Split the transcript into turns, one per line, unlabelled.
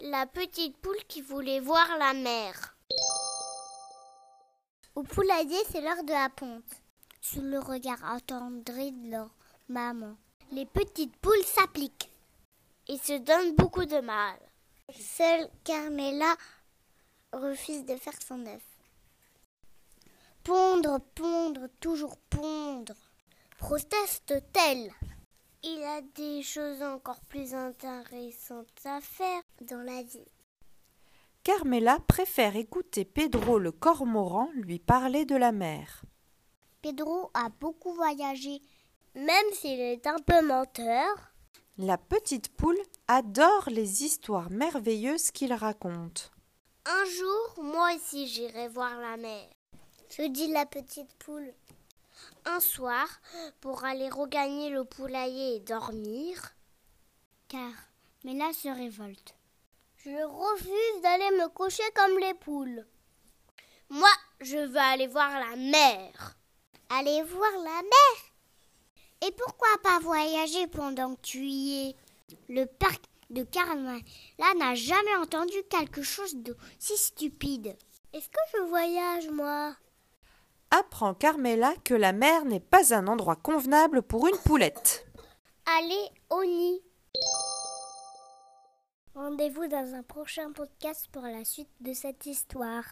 la petite poule qui voulait voir la mer.
Au poulailler, c'est l'heure de la ponte. Sous le regard attendri de leur maman, les petites poules s'appliquent.
Ils se donnent beaucoup de mal.
Seule Carmela refuse de faire son œuf. Pondre, pondre, toujours pondre, proteste-t-elle.
Il a des choses encore plus intéressantes à faire
dans la vie.
Carmela préfère écouter Pedro le cormoran lui parler de la mer.
Pedro a beaucoup voyagé, même s'il est un peu menteur.
La petite poule adore les histoires merveilleuses qu'il raconte.
Un jour, moi aussi, j'irai voir la mer,
se dit la petite poule.
Un soir, pour aller regagner le poulailler et dormir,
car Mela se révolte. Je refuse d'aller me coucher comme les poules.
Moi, je veux aller voir la mer.
Aller voir la mer Et pourquoi pas voyager pendant que tu y es Le parc de Carmela n'a jamais entendu quelque chose d'aussi stupide. Est-ce que je voyage, moi
apprend Carmela que la mer n'est pas un endroit convenable pour une poulette.
Allez au nid. Rendez-vous dans un prochain podcast pour la suite de cette histoire.